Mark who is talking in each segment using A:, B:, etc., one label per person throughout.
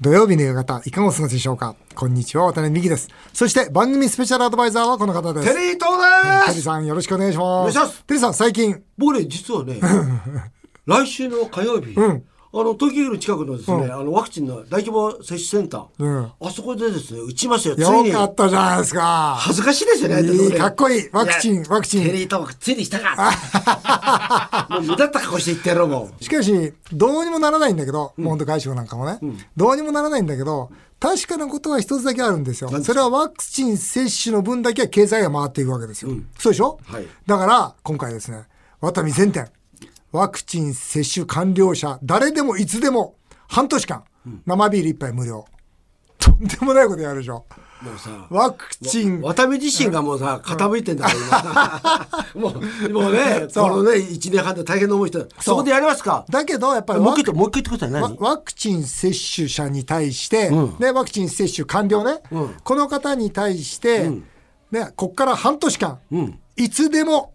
A: 土曜日の夕方、いかがお過ごしでしょうかこんにちは、渡辺美希です。そして、番組スペシャルアドバイザーはこの方です。
B: テリー東
A: テ
B: です
A: リーさん、よろしくお願いします。
B: お願いします
A: テリーさん、最近、
B: 僕ね実は ね来週の火曜日、あの東京駅の近くのですね、あのワクチンの大規模接種センター、
A: うん
B: あそこでですね打ちますよつい
A: よ
B: に
A: かったじ ゃないですか。
B: 恥ずかしいですよね
A: いいかっこいい
B: や
A: ワクチンワクチン
B: テリートークついにしたかもう目立った格好して言ってやろうもん
A: しかし、どうにもならないんだけど、モンド外相なんかもね、どうにもならないんだけど、確かなことは一つだけあるんですよ。
B: 何です
A: それはワクチン接種の分だけは経済が回っていくわけですよ。そうでしょ、
B: はい
A: だから、今回ですね、ワタミ全店、ワクチン接種完了者、誰でもいつでも、半年間、生ビール一杯無料。とんでもないことやるでしょ。
B: もうさ
A: ワクチン
B: 渡辺自身がもうさ傾いてんだから 今もうもうねこのね1年半で大変な思いしてそこでやりますか
A: だけど、やっぱり
B: もう
A: ワ
B: 一
A: ク
B: 回言ってもう一回言ってください
A: わ
B: 何
A: ワクチン接種者に対して、ね、ワクチン接種完了ね、
B: うん
A: この方に対して、ね、ここから半年間、
B: うん
A: いつでも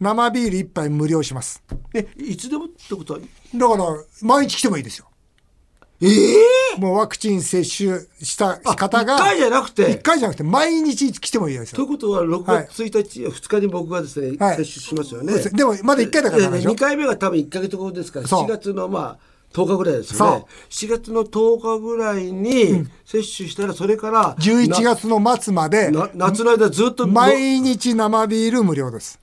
A: 生ビール一杯無料します。
B: えいつでもってことは
A: だから、毎日来てもいいですよ。
B: ええ
A: もうワクチン接種した方が、
B: 一回じゃなくて
A: 一回じゃなくて、毎日来てもいいです
B: とい
A: よ
B: う。ことは6月1日、2日に僕がですね、
A: はい
B: 接種しますよね。
A: そうですでもまだ一回だからなんでしょ
B: 2回目が多分1か月後ですから、
A: そう
B: 7月のまあ、10日ぐらいですよね。7月の10日ぐらいに接種したら、それから、
A: 11月の末まで、
B: な夏の間ずっと、
A: 毎日生ビール無料です。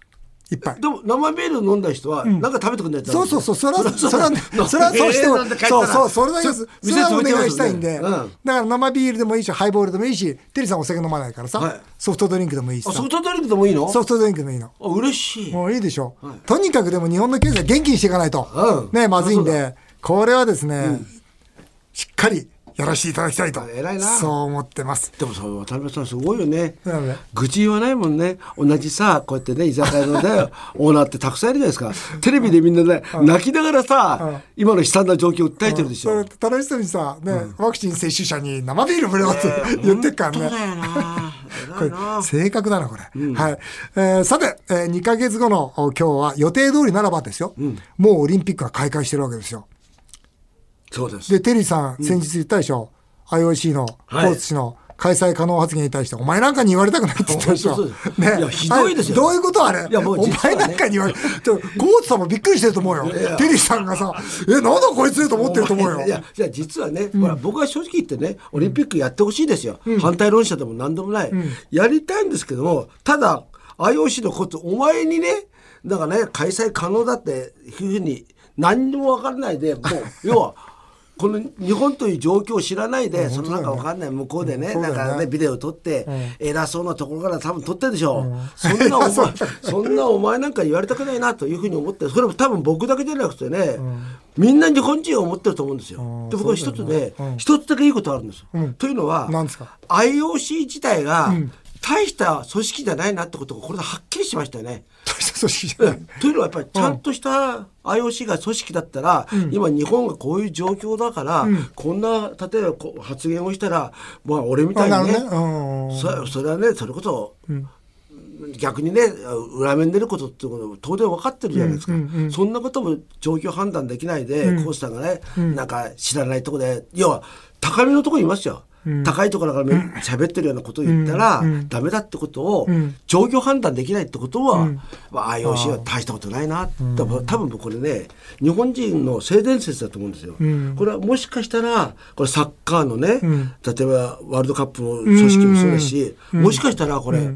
A: 一杯。
B: でも生ビール飲んだ人は、なんか食べてくんないと
A: そうそうそう、それ は、それは、 それはそうしてもらう、そうそう、それだけです。それはお願いしたいんで、だ
B: あ
A: か、ら生ビールでもいいし、ハイボールでもいいし、テリーさんお酒飲まないから
B: は
A: さ
B: い、
A: ソフトドリンクでもいいしさ、
B: ソフトドリンクでもいいの
A: ソフトドリンクでもいいの。
B: あ嬉しい。
A: もういいでしょ。とにかくでも日本の経済元気にしていかないと、
B: うん
A: ね、まずいんで、これはですね、しっかりやらせていただきたいと、
B: 偉いな
A: そう思ってます。
B: でもさ渡辺さんすごいよね
A: なんで
B: 愚痴言わないもんね同じさこうやってね居酒屋 のねオーナーってたくさんいるじゃないですかテレビでみんなね泣きながらさ今の悲惨な状況を訴えてるでし
A: そ
B: ょ
A: れ楽しそうにさ、ね、ワクチン接種者に生ビール無料って言ってっからね。 これ正確だなこれ、はい、えーさて、え2ヶ月後のお今日は予定通りならばですよ、もうオリンピックが開会してるわけですよ
B: そうです
A: でテリーさん先日言ったでしょ、IOC のコ
B: はい
A: ーツ氏の開催可能発言に対して、お前なんかに言われたくないって言ったでしょ
B: そうそうそういやひどいですよ
A: あれどういうことあれ
B: いやもう
A: お
B: 実は
A: 前
B: ね
A: なんかに言われちょコーツさんもびっくりしてると思うよテリーさんがさえなんだこいつと思ってると思うよ
B: い やいや実はね、ほら僕は正直言ってねオリンピックやってほしいですよ、反対論者でも何でもない、やりたいんですけどもただ IOC のことお前にねだからね開催可能だっていうふうに何にも分からない でもう要は。この日本という状況を知らないで、そのなんか分かんない向こうでね、
A: そうだ
B: な
A: よ
B: ん
A: ね
B: かね、ビデオ撮って、偉そうなところから多分撮ってるでしょう。 そんなお前、そんなお前なんか言われたくないなというふうに思って、それも多分僕だけじゃなくてね、みんな日本人は思ってると思うんですよ。で、僕は一つね、一、つだけいいことあるんですよ。というのは
A: なんですか、
B: IOC 自体が、大した組織じゃないなってことがこれではっきりしましたよね。
A: 大した組織じゃ
B: う
A: ない
B: んというのはやっぱりちゃんとした IOC が組織だったら、今日本がこういう状況だから、こんな例えばこう発言をしたらまあ俺みたいにね
A: あなるほどねうん
B: そそれはねそれこそ、逆にね裏面出ることってことも当然分かってるじゃないですか、そんなことも状況判断できないで、コーチさんがね、なんか知らないとこで要は高めのとこにいますよ。高いところからめ喋ってるようなことを言ったら、ダメだってことを、状況判断できないってことは、まあ、IOC は大したことないな、多分多分これね日本人の性善説だと思うんですよ、これはもしかしたらこれサッカーのね、例えばワールドカップの組織もそうだし、もしかしたらこれ、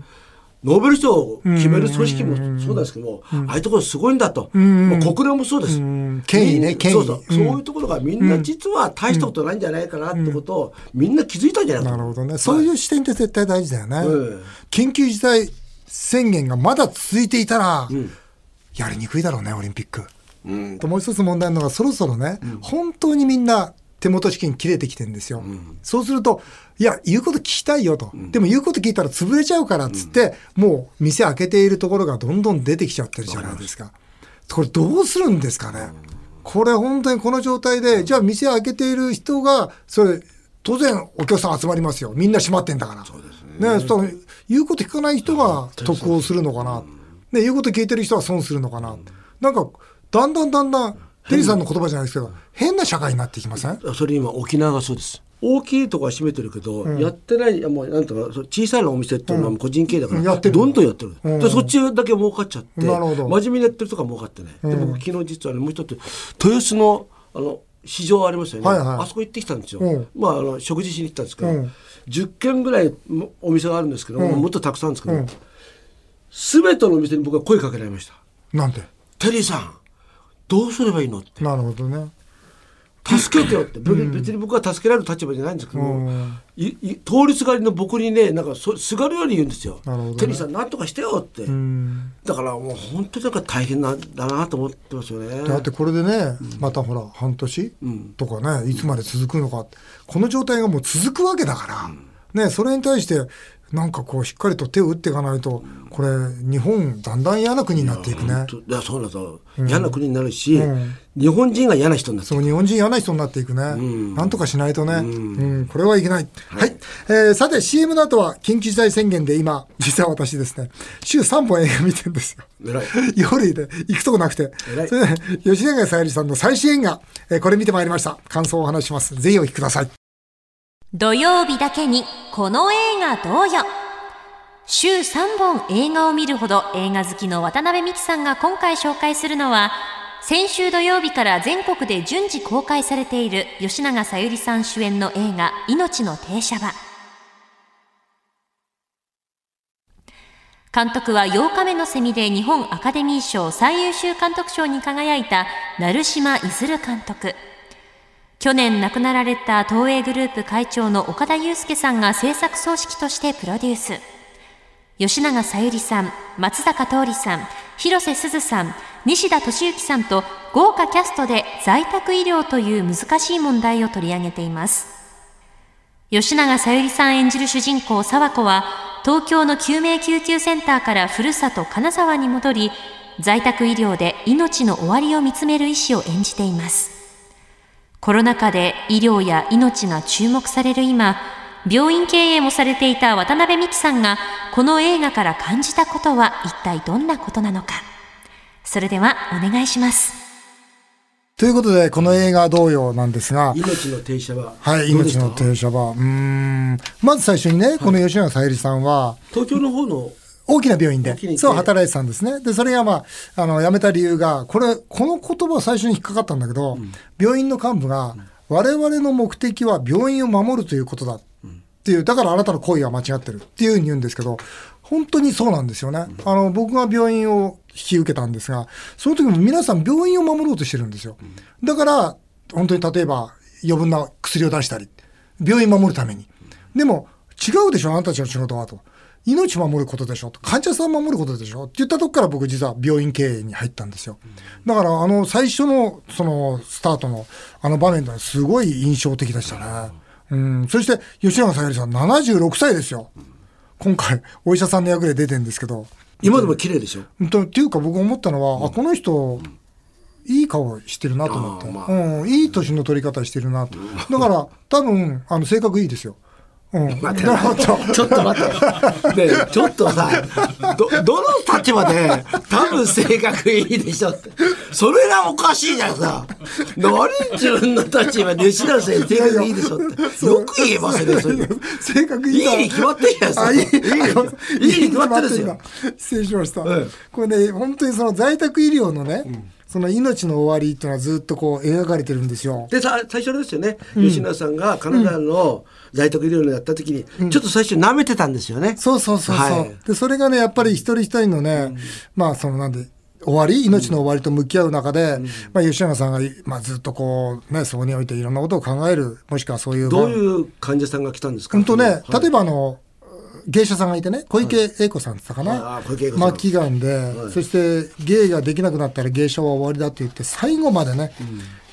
B: ノーベル賞を決める組織もそうなんですけども、ああいうところすごいんだと、もう国連もそうです、
A: 権威ね
B: みん
A: 権威
B: そうそう、そういうところがみんな実は大したことないんじゃないかなってことを、みんな気づいたんじゃない
A: な
B: か
A: る
B: な
A: ほどね。そういう視点って絶対大事だよね。
B: うん
A: 緊急事態宣言がまだ続いていたら、やりにくいだろうね、オリンピック。
B: うん
A: ともう一つ問題なのが、そろそろね、本当にみんな手元資金切れてきてるんですよ。そうすると、いや、言うこと聞きたいよと。でも言うこと聞いたら潰れちゃうからっつって、もう店開けているところがどんどん出てきちゃってるじゃないですか。これどうするんですかね。これ本当にこの状態で、じゃあ店開けている人が、それ、当然お客さん集まりますよ。みんな閉まってんだから。そうですね。そしたら言うこと聞かない人が得をするのかな。ね、言うこと聞いてる人は損するのかな。なんか、だんだんだんだん、テリーさんの言葉じゃないですけど、変な社会になっていきません
B: それ今沖縄がそうです大きいとこは閉めてるけど、やってないもうなんとかそう小さいお店っていうのは個人経営だから、
A: うんやってる
B: どんどんやってる、
A: うん
B: でそっちだけ儲かっちゃって
A: なるほど
B: 真面目にやってるとか儲かってない、で僕昨日実はねもう一つ豊洲のあの市場ありましたよね、
A: はいはい
B: あそこ行ってきたんですよ、
A: うん
B: まああの食事しに行ったんですけど、
A: うん
B: 10軒ぐらいもお店があるんですけど、
A: ん
B: もっとたくさんあるんですけど、
A: うん
B: 全てのお店に僕は声かけられました
A: なんて。
B: 「テリーさんどうすればいいの?」って
A: なるほどね。
B: 助けてよって、ぶ別に僕は助けられる立場じゃないんですけど、
A: うん
B: いい通りすがりの僕にねなんかそすがるように言うんですよ「
A: なるほどね
B: テリーさんなんとかしてよ」って、
A: うん。
B: だからもう本当になんか大変なんだなと思ってますよね。
A: だってこれでね、またほら、半年
B: うん
A: とかね、いつまで続くのかって、この状態がもう続くわけだから、ね、それに対して、なんかこう、しっかりと手を打っていかないと、これ、日本、だんだん嫌な国になっていくね
B: 本。当いやそうなんだと、嫌な国になるし、
A: うん
B: 日本人が嫌な人になって
A: そう、日本人嫌な人になっていくね。
B: ん
A: なんとかしないとね。うん
B: ん、
A: これはいけない。はい。えーさて、CM の後は、緊急事態宣言で今、実は私ですね、週3本映画見てるんですよ。
B: 偉い
A: 夜で行くとこなくて
B: 偉。い
A: それで吉永小百合さんの最新映画、えーこれ見てまいりました。感想をお話しします。ぜひお聞きください。
C: 土曜日だけにこの映画どうよ週3本映画を見るほど映画好きの渡辺美樹さんが今回紹介するのは先週土曜日から全国で順次公開されている吉永小百合さん主演の映画「命の停車場」監督は8日目のセミで日本アカデミー賞最優秀監督賞に輝いた成島出監督去年亡くなられた東映グループ会長の岡田祐介さんが制作総指揮としてプロデュース吉永小百合さん松坂桃李さん広瀬すずさん西田敏行さんと豪華キャストで在宅医療という難しい問題を取り上げています吉永小百合さん演じる主人公沢子は東京の救命救急センターからふるさと金沢に戻り在宅医療で命の終わりを見つめる医師を演じていますコロナ禍で医療や命が注目される今、病院経営もされていた渡辺美樹さんが、この映画から感じたことは一体どんなことなのか。それではお願いします。
A: ということで、この映画は同様なんですが、
B: 命の停車は、
A: はい、
B: どうでし
A: 命
B: た
A: の停車場。うーん。まず最初にね、この吉永小百合さんは、
B: 東京の方の
A: 大きな病院で
B: 大きな病、院
A: そう働いてたんですね。で、それがまあ、あの、辞めた理由が、これ、この言葉は最初に引っかかったんだけど、病院の幹部が、我々の目的は病院を守るということだっていう、だからあなたの行為は間違ってるっていうふうに言うんですけど、本当にそうなんですよね。あの、僕が病院を引き受けたんですが、その時も皆さん病院を守ろうとしてるんですよ。だから、本当に例えば、余分な薬を出したり、病院守るために。でも、違うでしょ、あなたたちの仕事はと。命守ることでしょと患者さん守ることでしょって言ったとこから僕実は病院経営に入ったんですよ。だからあの最初のそのスタートのあの場面ではすごい印象的でしたね。うん、そして吉永小百合さん76歳ですよ。今回お医者さんの役で出てるんですけど。
B: 今でも綺麗でしょ
A: うんとっていうか僕思ったのは、あこの人いい顔してるなと思って、
B: あーまあ
A: うん、いい年の取り方してるなと、だから多分あの性格いいですよ。 うん、なるほど
B: ちょっと待って。ねえちょっとさ、ど、どの立場で、多分性格いいでしょって。それがおかしいじゃんさ。何自分の立場で吉田先生性格いいでしょって。よく言えますね、それ。
A: 性格い
B: い
A: いない
B: に決まってるじゃんさ。
A: あ、いい、
B: いいに決まってるんですよ。。
A: 失礼しました。
B: ええ
A: これね、本当にその在宅医療のね、その命の終わりっていうのはずっとこう描かれてるんですよ。
B: でさ最初あれですよね、吉野さんがカナダの在宅医療をやった時に、ちょっと最初舐めてたんですよね。
A: そうそうそうそう。
B: はい
A: で、それがね、やっぱり一人一人のね、まあ、そのなんで、終わり命の終わりと向き合う中で、まあ、吉永さんが、まあ、ずっとこう、ね、そこにおいていろんなことを考える、もしくはそういう。
B: どういう患者さんが来たんですか
A: 本当ね、
B: はい
A: 例えばあの、芸者さんがいてね、小池栄子さんって言ったか
B: あ
A: な
B: あ、小池栄子さん
A: 末期がんで、そして芸ができなくなったら芸者は終わりだって言って、最後までね、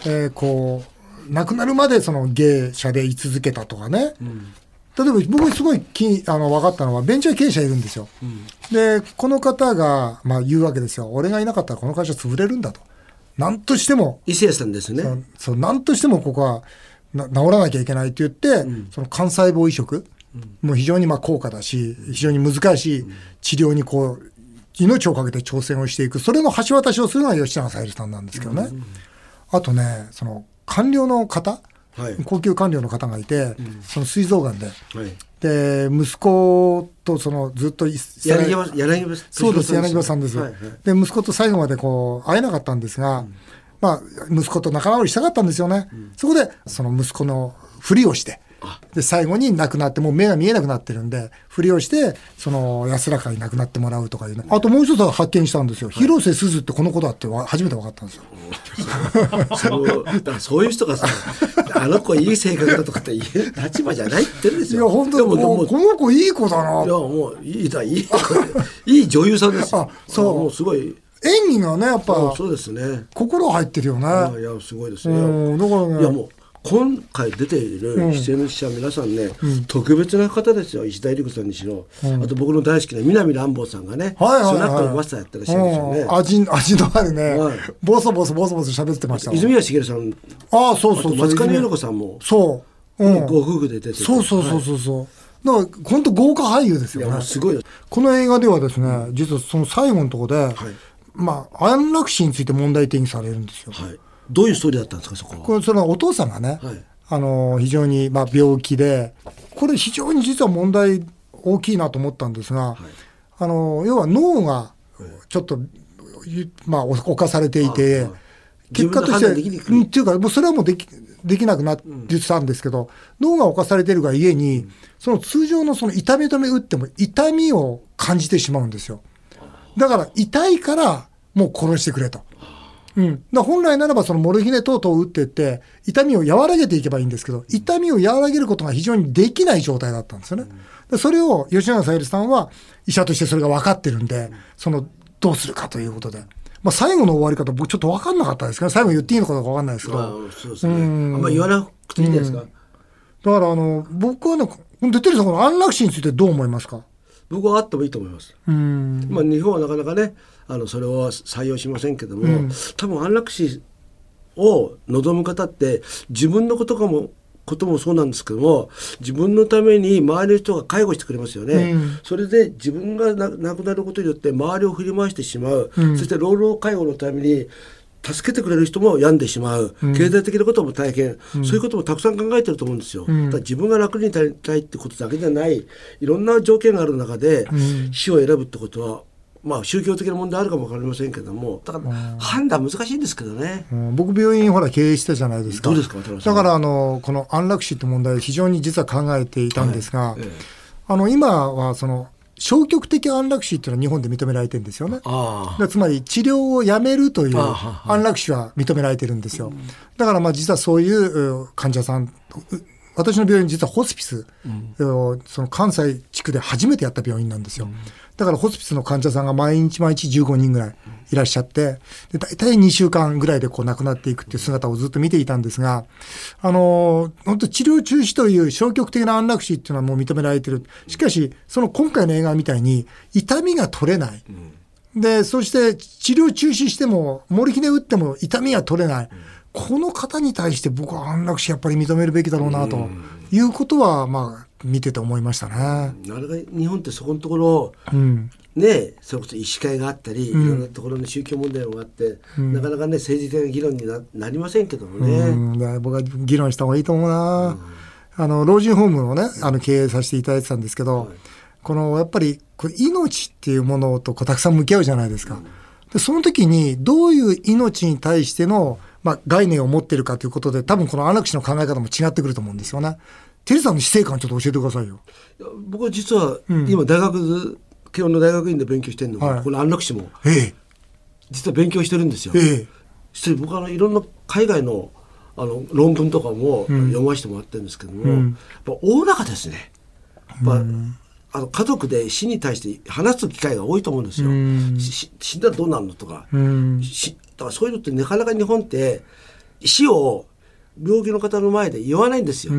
A: えーこう、亡くなるまでその芸者で居続けたとかね、例えば僕すごいきあの分かったのはベンチャー経営者いるんですよ、でこの方が、まあ、言うわけですよ俺がいなかったらこの会社潰れるんだと何としても
B: 伊勢さんですね。
A: そう何としてもここはな治らなきゃいけないって言って、その幹細胞移植も非常にまあ高価だし非常に難しい治療にこう命をかけて挑戦をしていくそれの橋渡しをするのが吉永小百合さんなんですけどね、あとねその官僚の方
B: はい
A: 高級官僚の方がいて、その膵臓がんで。
B: はい
A: で、息子とそのずっとい
B: 柳葉柳葉
A: そうです、柳葉さんです、
B: はいはい
A: で、息子と最後までこう、会えなかったんですが、まあ、息子と仲直りしたかったんですよね。そこで、その息子のふりをして、で、最後に亡くなって、もう目が見えなくなってるんで、ふりをして、その安らかに亡くなってもらうとかいうね。あともう一つは発見したんですよ。広瀬すずってこの子だってわ初めて分かったんですよ。
B: そうだからそういう人がさあの子いい性格だとかって言う立場じゃないって言うんです
A: い
B: よ
A: や、本当に
B: でも
A: も
B: も
A: う、
B: う
A: この子いい子だ
B: い
A: な
B: や。もういいだいいいい女優さんですよ
A: あそう
B: もうすごい
A: 演技がね、やっ
B: あ
A: ぱ、
B: そうですね
A: 心入ってるよね。
B: あいやすごいですね
A: うんだからね
B: いやもう今回出ている出演者皆さんね、特別な方ですよ石田ゆり子さんにしろ、あと僕の大好きな南乱暴さんがね、
A: はいはい
B: その
A: はい、
B: 中のマスターやってらっしゃるんですよね、
A: うん味 味のあるね、
B: はい
A: ボソボソボソボソ喋ってましたもん
B: 泉谷しげるさん
A: ああそうそ
B: あと
A: う
B: 松
A: そう
B: 金由子さんも
A: そう、うん、
B: ご夫婦で出てて
A: そうそうそうそうそう、だから本当豪華俳優です
B: い
A: よ
B: やもう
A: ね
B: すごいよ
A: この映画ではですね、実はその最後のところで、まあ安楽死について問題提起されるんですよ、
B: はい、どういうストーリーだったんですかそこは
A: これそのお父さんがね、
B: はい
A: あの非常にまあ病気でこれ非常に実は問題大きいなと思ったんですが、あの要は脳がちょっと、まあ侵されていて、
B: あはい
A: 結果とし
B: 自分で判断できに
A: て
B: くい
A: うんっていうかもうそれはもうできできなくなってたんですけど、脳が侵されてるがゆえに、その通常のその痛み止め打っても痛みを感じてしまうんですよ。だから痛いからもう殺してくれと。うん、だから本来ならばそのモルヒネ等々を打っていって痛みを和らげていけばいいんですけど痛みを和らげることが非常にできない状態だったんですよね。でそれを吉永小百合さんは医者としてそれが分かってるんでそのどうするかということで、まあ、最後の終わり方僕ちょっと分かんなかったですけど最後言っていいのかどうか分かんないですけど
B: まあそうですねあんま言わなくていいんじゃないですか、
A: だからあの僕はねこの出てるさんこの安楽死についてどう思いますか
B: 僕はあってもいいと思います、
A: うん
B: まあ、日本はなかなかねあのそれを採用しませんけども、多分安楽死を望む方って自分のことかもこともそうなんですけども自分のために周りの人が介護してくれますよね、それで自分がな亡くなることによって周りを振り回してしまう、そして老老介護のために助けてくれる人も病んでしまう、経済的なことも大変、そういうこともたくさん考えてると思うんですよ。だから自分が楽になりたいってことだけじゃないいろんな条件がある中で、死を選ぶってことはまあ宗教的な問題あるかもわかりませんけどもだから判断難しいんですけどね。
A: うん僕病院ほら経営してたじゃないですか
B: どうですか渡辺さん
A: だからあのこの安楽死って問題非常に実は考えていたんですが、あの今はその消極的安楽死っていうのは日本で認められてるんですよね。
B: あ
A: だつまり治療をやめるという
B: あは
A: 安楽死は認められてるんですよ。だからまあ実はそういうう患者さん、う私の病院実はホスピス、うんその関西地区で初めてやった病院なんですよ。だからホスピスの患者さんが毎日毎日15人ぐらいいらっしゃって、で大体2週間ぐらいでこう亡くなっていくっていう姿をずっと見ていたんですが、あのー本当治療中止という消極的な安楽死っていうのはもう認められてる。しかし、その今回の映画みたいに痛みが取れない。で、そして治療中止しても、モルヒネ打っても痛みは取れない。この方に対して僕は安楽死やっぱり認めるべきだろうなということは、まあ、見てて思いましたね。
B: あなかなか日本ってそこのところ
A: うん。
B: ねそれこそ医師会があったり、いろんなところの宗教問題もあって、なかなかね政治的な議論にななりませんけどもね。
A: うん、だから僕は議論した方がいいと思うな、あの老人ホームをねあの経営させていただいてたんですけど、このやっぱりこう命っていうものとこうたくさん向き合うじゃないですか、でその時にどういう命に対しての、まあ、概念を持ってるかということで多分この安楽死の考え方も違ってくると思うんですよね。テリーさんの死生観ちょっと教えてくださいよ。
B: いや僕は実は今大学、慶応の大学院で勉強してるのが、
A: はい
B: この安楽死も
A: え
B: 実は勉強してるんですよ。
A: え、ええ、
B: そして僕はあのいろんな海外のあの論文とかも読ませてもらってるんですけども、やっぱ大らかですね。やっぱあの家族で死に対して話す機会が多いと思うんですよ。しし死んだらどうなるのとか、しだからそういうのってなかなか日本って死を病気の方の前で言わないんですよ。だ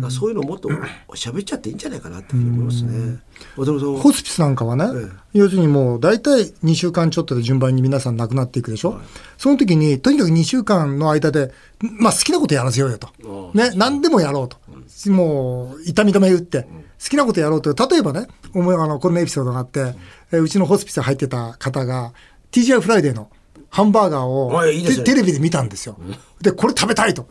B: からそういうのをもっと喋っちゃっていいんじゃないかなっていうふうに思いますね。渡辺さんは
A: ホスピスなんかはね、
B: ええ
A: 要するにもう大体2週間ちょっとで順番に皆さん亡くなっていくでしょ、その時にとにかく2週間の間で、まあ、好きなことやらせようよと、ね、何でもやろうと、もう痛み止め打って、好きなことやろうと例えばね思いあのこんなエピソードがあって、えうちのホスピス入ってた方が TGI フライデーのハンバーガーを
B: おいいいですね
A: テテレビで見たんですよ。でこれ食べたいと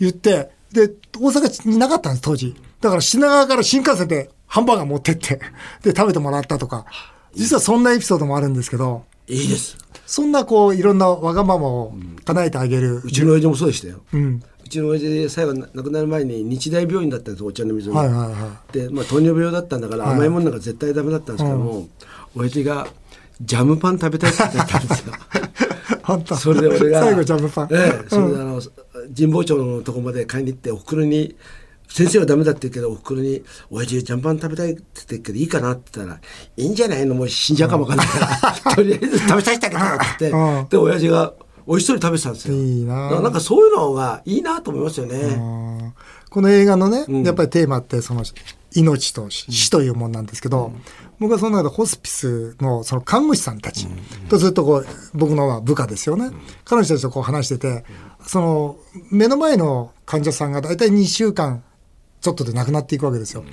A: 言ってで、大阪になかったんです、当時。だから品川から新幹線でハンバーガー持ってって、で、食べてもらったとか、実はそんなエピソードもあるんですけど、
B: いいです。
A: そんなこう、いろんなわがままを叶えてあげる。
B: うちの親父もそうでしたよ。
A: うん。
B: うちの親父最後亡くなる前に日大病院だったんですお茶の水の、
A: はいはいは
B: で、まあ、糖尿病だったんだから甘いものなんか絶対ダメだったんですけども、親父がジャムパン食べたいって言ったんですよ
A: あ んた、
B: それで俺が
A: 最後ジャムパン。
B: ええそれであの神保町のとこまで買いに行っておふくろに先生はダメだって言うけどおふくろに「親父ジャムパン食べたい」って言ってるけどいいかなって言ったら「いいんじゃないのもう死んじゃうか もわかんないからとりあえず食べさせてあげた」って言って、
A: うん
B: で親父が美味しそうに食べてたんですよ
A: いいな
B: だからなんかそういうのがいいなと思いますよね、
A: うんこの映画のね、やっぱりテーマってその命と死というもんなんですけど、僕はその中でホスピスのその看護師さんたちとずっとこう僕のは部下ですよね、彼女たちとこう話しててその目の前の患者さんが大体2週間ちょっとで亡くなっていくわけですよ。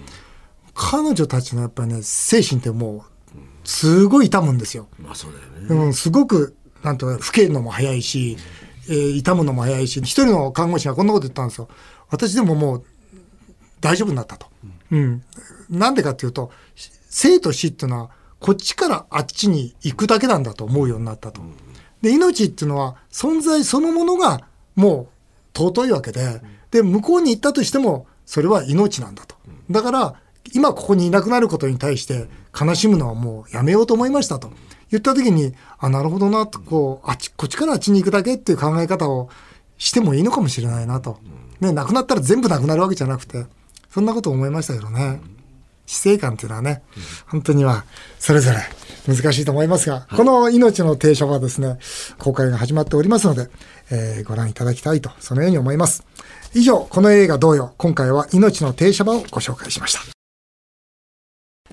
A: 彼女たちのやっぱりね精神ってもうすごい痛むんですよ。
B: まあそうだよね
A: うん、すごく、なんとか、老けるのも早いし、えー痛むのも早いし、一人の看護師がこんなこと言ったんですよ。私でももう、大丈夫になったと。うん。なんでかっていうと、し生と死っていうのは、こっちからあっちに行くだけなんだと思うようになったと。で、命っていうのは、存在そのものが、もう、尊いわけで、で、向こうに行ったとしても、それは命なんだと。だから、今ここにいなくなることに対して、悲しむのはもうやめようと思いましたと。言った時に、あ、なるほどな、と、こう、あっち、こっちからあっちに行くだけっていう考え方をしてもいいのかもしれないなと。ね、亡くなったら全部なくなるわけじゃなくて、そんなこと思いましたけどね。死生観っていうのはね、本当にはそれぞれ難しいと思いますが、この命の停車はですね、公開が始まっておりますので、えーご覧いただきたいと、そのように思います。以上、この映画同様、今回は命の停車場をご紹介しました。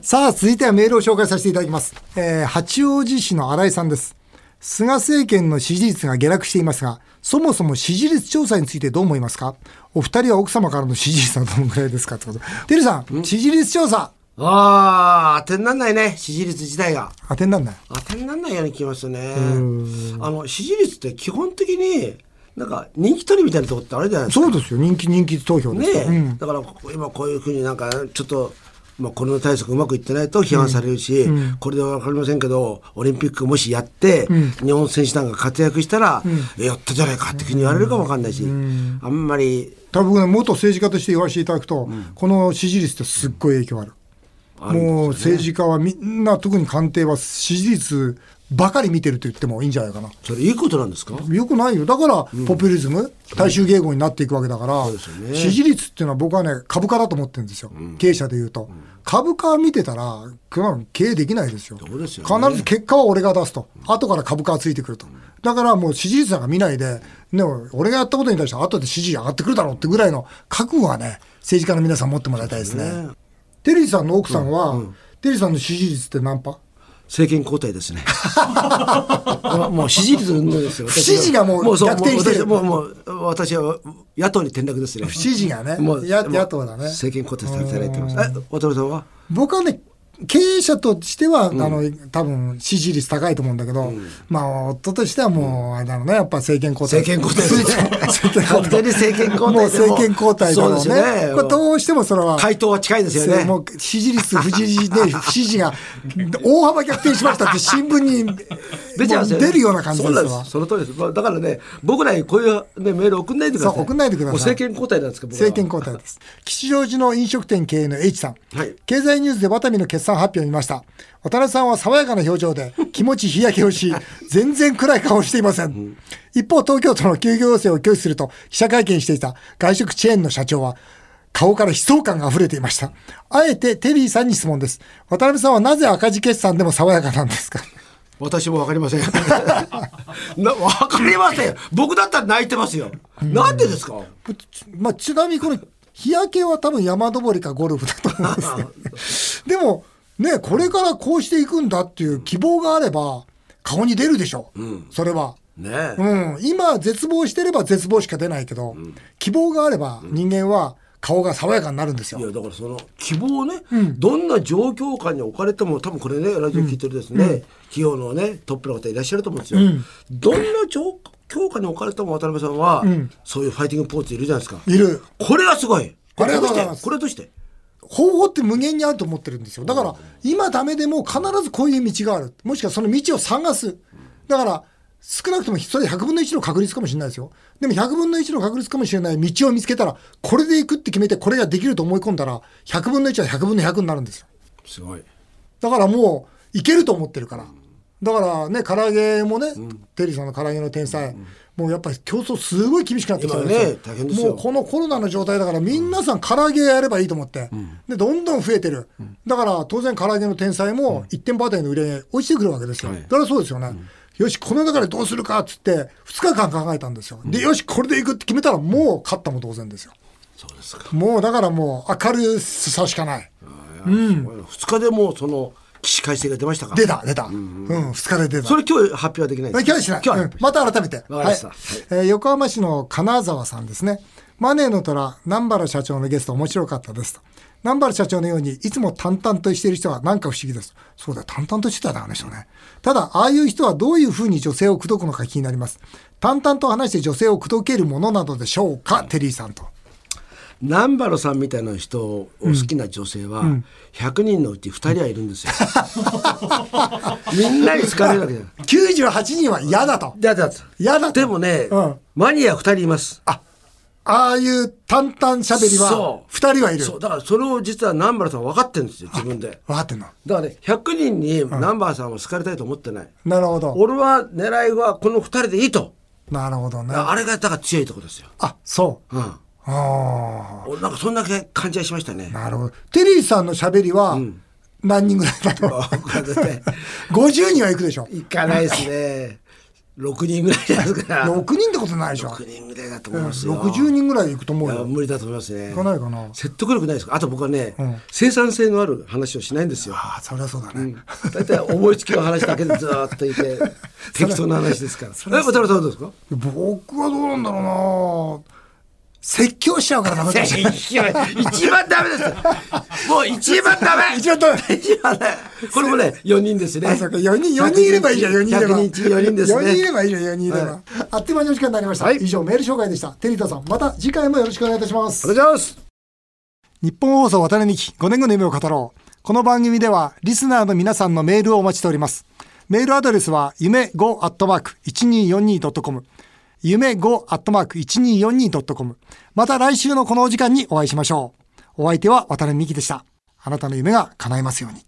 A: さあ、続いてはメールを紹介させていただきます。えー八王子市の新井さんです。菅政権の支持率が下落していますが、そもそも支持率調査についてどう思いますかお二人は奥様からの支持率はどのくらいですかってこと。てるさん、支持率調査、
B: ああ、当てになんないね、支持率自体が。
A: 当てになんない。
B: 当てになんないように聞きますね。あの、支持率って基本的に、なんか人気取りみたいなとこってあれじゃないですか。
A: そうですよ、人気人気投票で
B: ね
A: すから。うん
B: え。だから、今こういうふうになんか、ちょっと、まあ、コロナ対策うまくいってないと批判されるし、これではわかりませんけど、オリンピックもしやって、日本選手団が活躍したら、えやったじゃないかってふうに言われるかもわかんないし、あんまり、
A: 多分ね、元政治家として言わせていただくと、この支持率ってすっごい影響ある。もう政治家はみんな、特に官邸は支持率ばかり見てると言ってもいいんじゃないかな。
B: それいいことなんですか
A: よくないよ。だから、ポピュリズム、大衆迎合になっていくわけだから、
B: うですよね
A: 支持率っていうのは僕はね、株価だと思ってるんですよ。経営者で言うと。株価見てたら、こんなの経営できないですよ。
B: うですよね
A: 必ず結果は俺が出すと。後から株価がついてくると。だからもう支持率なんか見ないで、ね、俺がやったことに対して後で支持上がってくるだろうってぐらいの覚悟はね、政治家の皆さん持ってもらいたいですね。テリーさんの奥さんは、テリーさんの支持率って何パ
B: 政権交代です ね。もうもう支持率のですよ。
A: 不支持がもう
B: そう
A: 逆転してる
B: もうもうもう私は野党に転落ですね。
A: 支持がね、
B: も う
A: や
B: もう
A: 野党だね。
B: 政権交代されていただいてます。え、渡辺さんは
A: 僕はね経営者としては、あの多分支持率高いと思うんだけど、まあ夫としてはもう、あれだろうねやっぱ政権交代
B: 政権交代 ですね
A: 政権交代
B: 完全に政権交代
A: もう政権交代だろうね
B: そうですよね
A: これどうしてもそれは
B: 回答は近いですよね。
A: もう支持率不支持 で不支持が大幅逆転しましたって新聞に
B: 出ちゃうんです
A: も
B: よ、ね。
A: う出るような感じです
B: そう
A: わ
B: なんです。その通りです。まあだからね、僕らにこういう、ね、メール送んないでください。
A: そう送んないでください
B: もう政権交代なんですか、僕らは
A: 政権交代です。吉祥寺の飲食店経営の H さん。
B: はい
A: 経済ニュースでワタミの決算発表を見ました。渡辺さんは爽やかな表情で気持ち日焼けを し、全然暗い顔をしていません。一方、東京都の休業要請を拒否すると記者会見していた外食チェーンの社長は、顔から悲壮感が溢れていました。あえてテリーさんに質問です。渡辺さんはなぜ赤字決算でも爽やかなんですか
B: 私もわかりません。 なわかりません。僕だったら泣いてますよ。なんでですか
A: まあ、ちなみにこの日焼けは多分山登りかゴルフだと思うんですけど。でも、ね、これからこうしていくんだっていう希望があれば、顔に出るでしょ。それは。
B: ねえ。
A: うん。今、絶望してれば絶望しか出ないけど、希望があれば人間は顔が爽やかになるんです
B: いや
A: よ。
B: だからその希望をね、どんな状況下に置かれても多分これねラジオ聞いてるですね、企業のねトップの方いらっしゃると思うんですよ、どんな状況下に置かれても渡辺さんは、そういうファイティングポーズいるじゃないですか
A: いる。
B: これがすごいこれ
A: ありがとう
B: し
A: ござい
B: て
A: ます
B: これとして
A: 方法って無限にあると思ってるんですよ。だから、今ダメでも必ずこういう道がある。もしくはその道を探す。だから、少なくともそれ100分の1の確率かもしれないですよ。でも100分の1の確率かもしれない道を見つけたら、これで行くって決めて、これができると思い込んだら、100分の1は100分の100になるんですよ。
B: すごい
A: だからもう、いけると思ってるから。だからね、唐揚げもね、テリーさんの唐揚げの天才、もうやっぱり競争すごい厳しくなってきたんですよ。
B: 今ね大変ですよ
A: もうこのコロナの状態だから、皆さん唐揚げやればいいと思って、で、どんどん増えてる。だから、当然唐揚げの天才も1店舗あたりの売り上げ落ちてくるわけですよ。
B: はい
A: だからそうですよね。よし、この中でどうするかっつって、2日間考えたんですよ。で、よし、これでいくって決めたら、もう勝ったも同然ですよ。
B: そうですか、
A: もうだからもう明るさしかない。
B: うん、2日でもうその起死回生が出ましたか
A: 出た、出た。うん、2日で出た
B: そ。れ今日発表はできないん
A: 今日はしない。
B: 今日は
A: うんまた改めて。
B: わかりました
A: はいえー横浜市の金沢さんですね。マネーの虎、南原社長のゲスト面白かったですと。南原社長のように、いつも淡々としている人はなんか不思議です。そうだ、淡々としてたな、あの人ね。ただ、ああいう人はどういうふうに女性を口説くのか気になります。淡々と話して女性を口説けるものなどでしょうか、テリーさんと。
B: 南原さんみたいな人を好きな女性は、100人のうち2人はいるんですよ。みんなに好かれるわけじゃない。
A: 98人は嫌だと。
B: だだだ
A: 嫌だと
B: でもね、
A: うん
B: マニア2人います。あ
A: ああいう淡々しゃべりは
B: そ、う
A: 2人はいる。
B: そうだからそれを実は南原さん分かってるんですよ自分で。
A: 分かってんの。
B: だからね100人に南原さんは好かれたいと思ってない。
A: なるほど。
B: 俺は狙いはこの2人でいいと。
A: なるほどね。
B: あれがだから強いとこですよ。
A: あ、そう。
B: うん。
A: あ
B: 俺なんかそんな感じはしましたね
A: あ、。 なるほど。テリーさんの喋りは、何人ぐらいだろう ?50 人はいくでしょ。
B: いかないですね。6人ぐらいですから。
A: 6人ってことないでしょ。
B: 6人ぐらいだと思いますよ。
A: 60人ぐらいいくと思う
B: いや
A: よ。
B: 無理だと思いますね。
A: いかないかな
B: 説得力ないですか。あと僕はね、
A: ん
B: 生産性のある話をしないん ですよ。
A: ああ、そりゃそうだね。
B: 大体思いつきの話だけでずーっといて 適当な話ですから。え渡辺さんどうですか。
A: 僕はどうなんだろうな説教しちゃうからダメかも しれない。
B: 一番ダメです。もう一番ダメ。
A: 一番ダメ
B: 一番ダメこれもね四人ですね。
A: あそうか4人、4人いれ ばいいじゃん、4人いれば。
B: 100人中四人ですね。
A: 4人いればいいじゃん、4人いれば。
B: はい
A: あっという間にお時間になりました。以上、メール紹介でした。テリーさん、また次回もよろしくお願いいたします
B: お。願いします。
A: 日本放送渡辺美希5年後の夢を語ろう。この番組ではリスナーの皆さんのメールをお待ちしております。メールアドレスは夢 5-1242.com 夢 5-1242.com また来週のこのお時間にお会いしましょう。お相手は渡辺美希でした。あなたの夢が叶いますように。